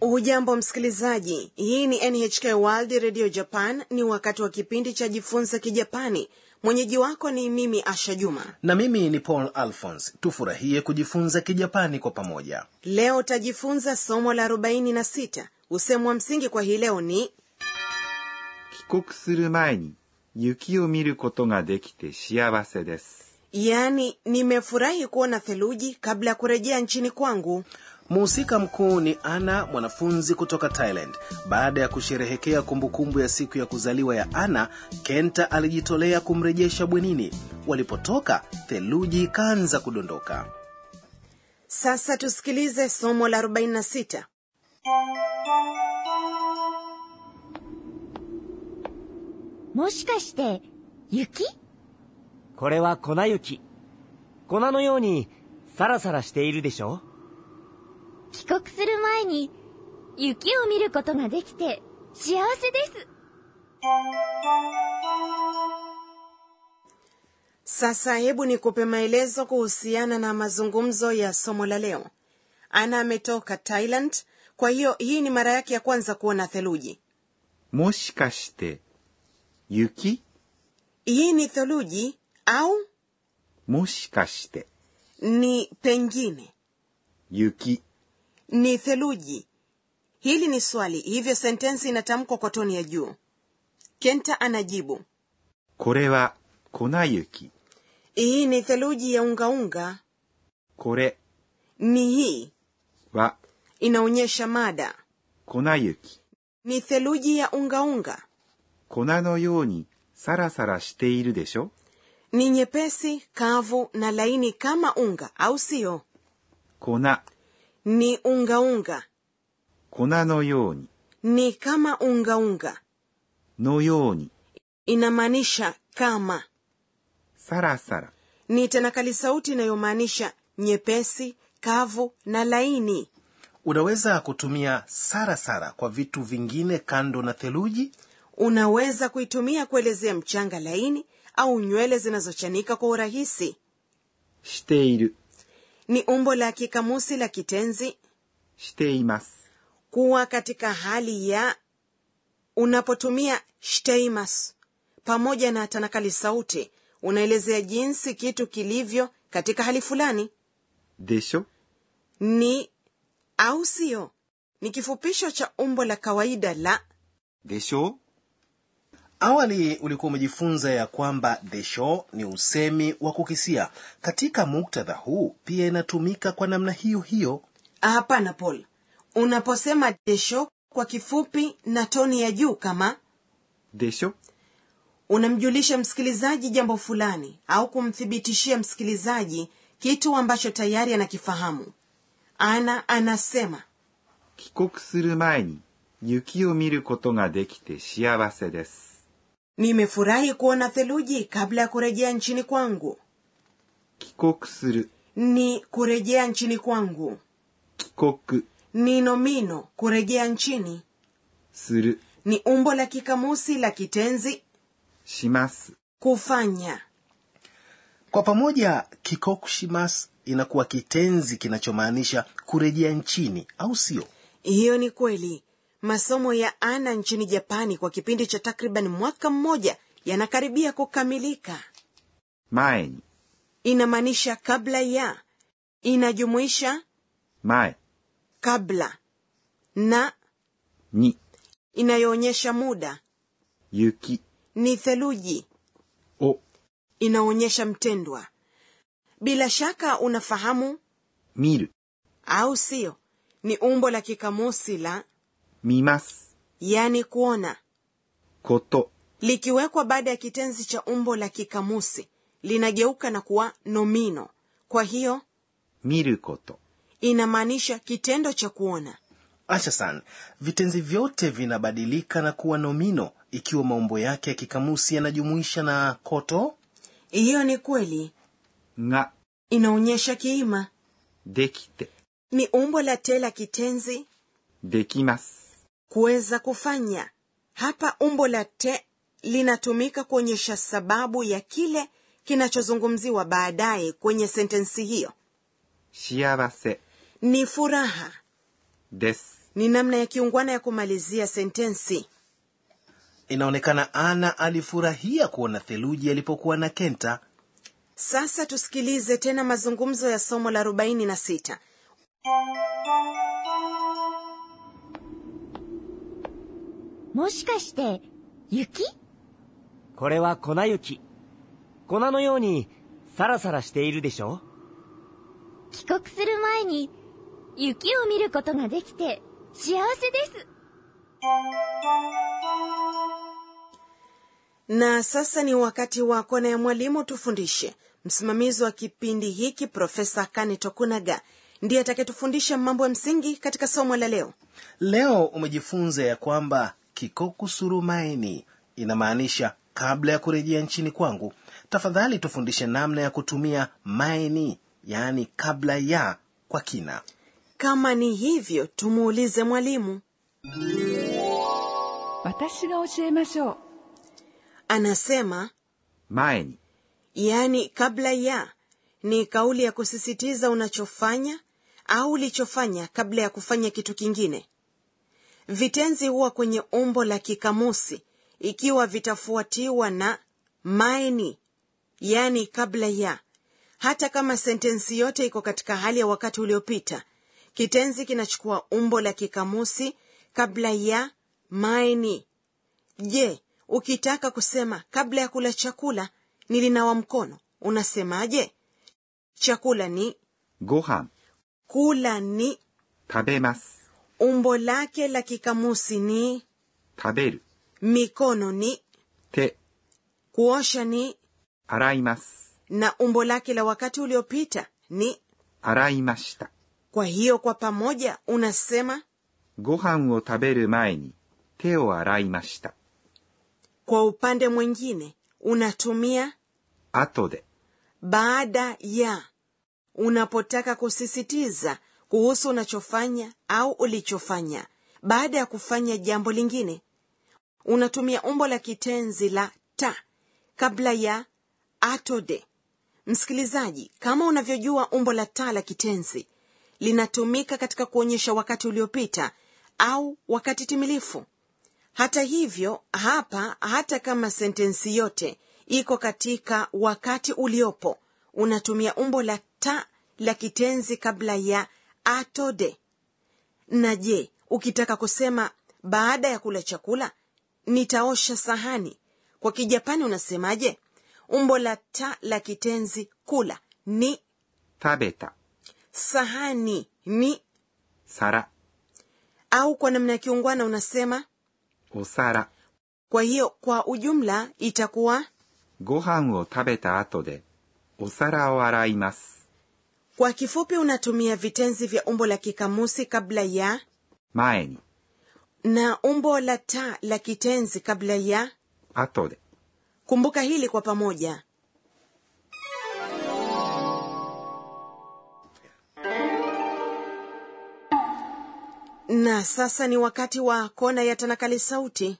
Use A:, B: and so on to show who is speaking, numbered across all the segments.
A: hujambo msikilizaji hii ni nhk world radio japan ni wakati wa kipindi cha jifunze kijapani mwenyeji wako ni mimi asha juma
B: na mimi ni paul alphons tufurahie kujifunza kijapani kwa pamoja
A: leo utajifunza somo la 46 usemu wa msingi kwa hii leo ni
C: 帰国する前に雪を見ることができて幸せです。
A: yaani nimefurahi kuona theluji kabla ya kurejea nchini kwangu
B: mhusika mkuu ni ana mwanafunzi kutoka thailand baada ya kusherehekea kumbukumbu ya siku ya kuzaliwa ya ana kenta alijitolea kumrejesha bwenini walipotoka theluji ikaanza kudondoka
A: sasa tusikilize somo la 46
D: もしかして、雪
E: これは粉雪。粉のようにサラサラしているでしょ
D: 帰国する前に、雪を見ることができて、幸せです。
A: sasa hebu nikupe maelezo kuhusiana na mazungumzo ya somo la leo ana ametoka thailand kwa hiyo hii ni mara yake ya kwanza kuona theluji
C: もしかして、雪
A: hii ni theluji au
C: もしかして、
A: ni pengine
C: 雪
A: ni theluji hili ni swali hivyo sentensi inatamkwa kwa toni ya juu kenta anajibu
C: これは粉雪。
A: hii ni theluji ya ungaunga
C: これ
A: ni hii
C: は
A: inaonyesha mada
C: 粉雪。
A: ni theluji ya ungaunga
C: 粉のようにサラサラしているでしょ
A: ni nyepesi kavu na laini kama unga au siyo
C: 粉、
A: ni ungaunga
C: 粉のように、
A: ni kama ungaunga
C: のように、
A: inamaanisha kama
C: サラサラ、
A: ni tanakali sauti inayomaanisha nyepesi kavu na laini
B: unaweza kutumia sarasara sara kwa vitu vingine kando na theluji
A: unaweza kuitumia kuelezea mchanga laini au nywele zinazochanika kwa urahisi
C: している、
A: ni umbo la kikamusi la kitenzi
C: しています。
A: kuwa katika hali ya unapotumia shteimas pamoja na tanakali sauti unaelezea jinsi kitu kilivyo katika hali fulani
C: でしょ
A: ni au sio ni kifupisho cha umbo la kawaida la
C: でしょ
B: awali ulikuwa umejifunza ya kwamba the show ni usemi wa kukisia katika muktadha huu pia inatumika kwa namna hiyo hiyo
A: hapana paul unaposema desho kwa kifupi na toni ya juu kama
C: でしょ
A: unamjulisha msikilizaji jambo fulani au kumthibitishia msikilizaji kitu ambacho tayari anakifahamu ana anasema
C: 帰国する前に雪を見ることができて幸せです。
A: nimefurahi kuona theluji kabla ya kurejea nchini kwangu
C: 帰国する、
A: ni kurejea nchini kwangu
C: 帰国
A: ni nomino kurejea nchini
C: する、
A: ni umbo la kikamusi la kitenzi
C: します。
A: kufanya
B: kwa pamoja kikokushimas inakuwa kitenzi kinachomaanisha kurejea nchini au sio
A: hiyo ni kweli masomo ya ana nchini japani kwa kipindi cha takriban mwaka mmoja yanakaribia kukamilika
C: 前に、
A: inamaanisha kabla ya inajumuisha
C: 前
A: kabla na
C: に、
A: inayoonyesha muda
C: 雪
A: ni theluji
C: を
A: inaonyesha mtendwa bila shaka unafahamu
C: 見る、
A: au sio ni umbo la kikamusi la
C: 見ます、
A: yani kuona
C: こと、
A: likiwekwa baada ya kitenzi cha umbo la kikamusi linageuka na kuwa nomino kwa hiyo
C: 見ること、
A: inamaanisha kitendo cha kuona
B: ashasan vitenzi vyote vinabadilika na kuwa nomino ikiwa maumbo yake ya kikamusi yanajumuisha na koto
A: hiyo ni kweli
C: が
A: inaonyesha kiima
C: できて、
A: ni umbo la te la kitenzi
C: できます。
A: kuweza kufanya hapa umbo la te linatumika kuonyesha sababu ya kile kinachozungumziwa baadaye kwenye sentensi hiyo
C: 幸せ
A: ni furaha
C: です。
A: ni namna ya kiungwana ya kumalizia sentensi.
B: Inaonekana Ana alifurahia kuona theluji alipokuwa na Kenta.
A: Sasa tusikilize tena mazungumzo ya somo la 46.
D: もしかして、雪
E: これは粉雪。粉のようにサラサラしているでしょ
D: 帰国する前に、雪を見ることができて幸せです。
A: Na sasa ni wakati wa kona ya mwalimu tufundishe. Msimamizi wa kipindi hiki Profesa Kane Tokunaga ndiye atakayetufundisha mambo ya msingi katika somo la leo.
B: Leo umejifunza ya kwamba kikokusurumaini inamaanisha kabla ya kurejea nchini kwangu. Tafadhali tufundishe namna ya kutumia maini, yaani kabla ya, kwa kina.
A: Kama ni hivyo, tumuulize mwalimu.
F: 私が教えましょう
A: Anasema
C: 前に
A: yaani kabla ya ni kauli ya kusisitiza unachofanya au ulichofanya kabla ya kufanya kitu kingine. Vitenzi huwa kwenye umbo la kikamusi ikiwa vitafuatiwa na maini, yaani kabla ya. Hata kama sentensi yote iko katika hali ya wakati uliopita, kitenzi kinachukua umbo la kikamusi kabla ya maini. Je, ukitaka kusema kabla ya kula chakula nilinawa mkono, unasemaje? Chakula ni
C: ご飯
A: kula, ni
C: 食べます
A: umbo lake la kikamusi ni
C: 食べる
A: mikono, ni
C: 手
A: kuosha, ni
C: 洗います
A: na umbo lake la wakati uliopita ni.
C: 洗いました
A: Kwa hiyo kwa pamoja unasema
C: ご飯を食べる前に手を洗いました。
A: kwa upande mwingine unatumia
C: 後で
A: baada ya unapotaka kusisitiza kuhusu unachofanya au ulichofanya baada ya kufanya jambo lingine unatumia umbo la kitenzi la ta kabla ya atode msikilizaji kama unavyojua umbo la ta la kitenzi linatumika katika kuonyesha wakati uliopita au wakati timilifu hata hivyo hapa, hata kama sentensi yote iko katika wakati uliopo, unatumia umbo la ta la kitenzi kabla ya atode. Na je, ukitaka kusema baada ya kula chakula nitaosha sahani, kwa Kijapani unasemaje? Umbo la ta la kitenzi kula ni
C: 食べた
A: sahani ni,
C: 皿、
A: au kwa namna ya kiungwana unasema.
C: お皿。
A: Kwa hiyo kwa ujumla itakuwa
C: ご飯を食べた後でお皿を洗います。
A: Kwa kifupi unatumia vitenzi vya umbo la kikamusi kabla ya
C: 前に、
A: na umbo la ta la kitenzi kabla ya.
C: 後で。
A: Kumbuka hili kwa pamoja. Na sasa ni wakati wa kona ya tanakali sauti.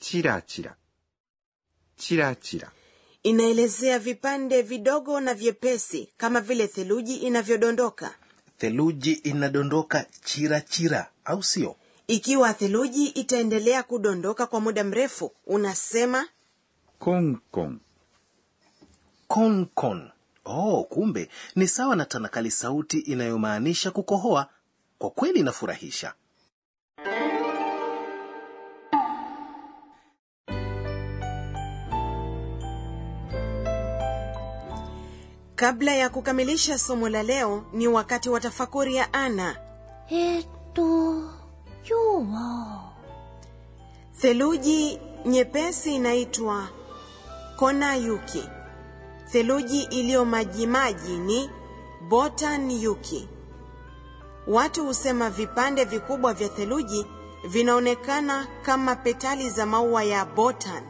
C: チラチラ。チラチラ。
A: Inaelezea vipande vidogo na vyepesi kama vile theluji inavyodondoka.
B: Theluji inadondoka chirachira chira, au sio?
A: Ikiwa theluji itaendelea kudondoka kwa muda mrefu, unasema
C: コンコン、
B: Konkon. Oh, kumbe ni sawa na tanakali sauti inayomaanisha kukohoa. Kwa kweli inafurahisha.
A: Kabla ya kukamilisha somo la leo, ni wakati wa tafakuri ya Ana.
D: えーっと、今日は、
A: Theluji nyepesi inaitwa konayuki. Theluji iliyo majimaji ni botanyuki. Watu husema vipande vikubwa vya theluji vinaonekana kama petali za maua ya botan.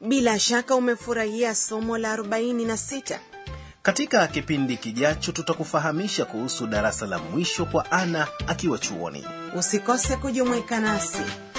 A: Bila shaka umefurahia somo la 46.
B: Katika kipindi kijacho tutakufahamisha kuhusu darasa la mwisho kwa Ana akiwa chuoni.
A: Usikose kujumuika nasi.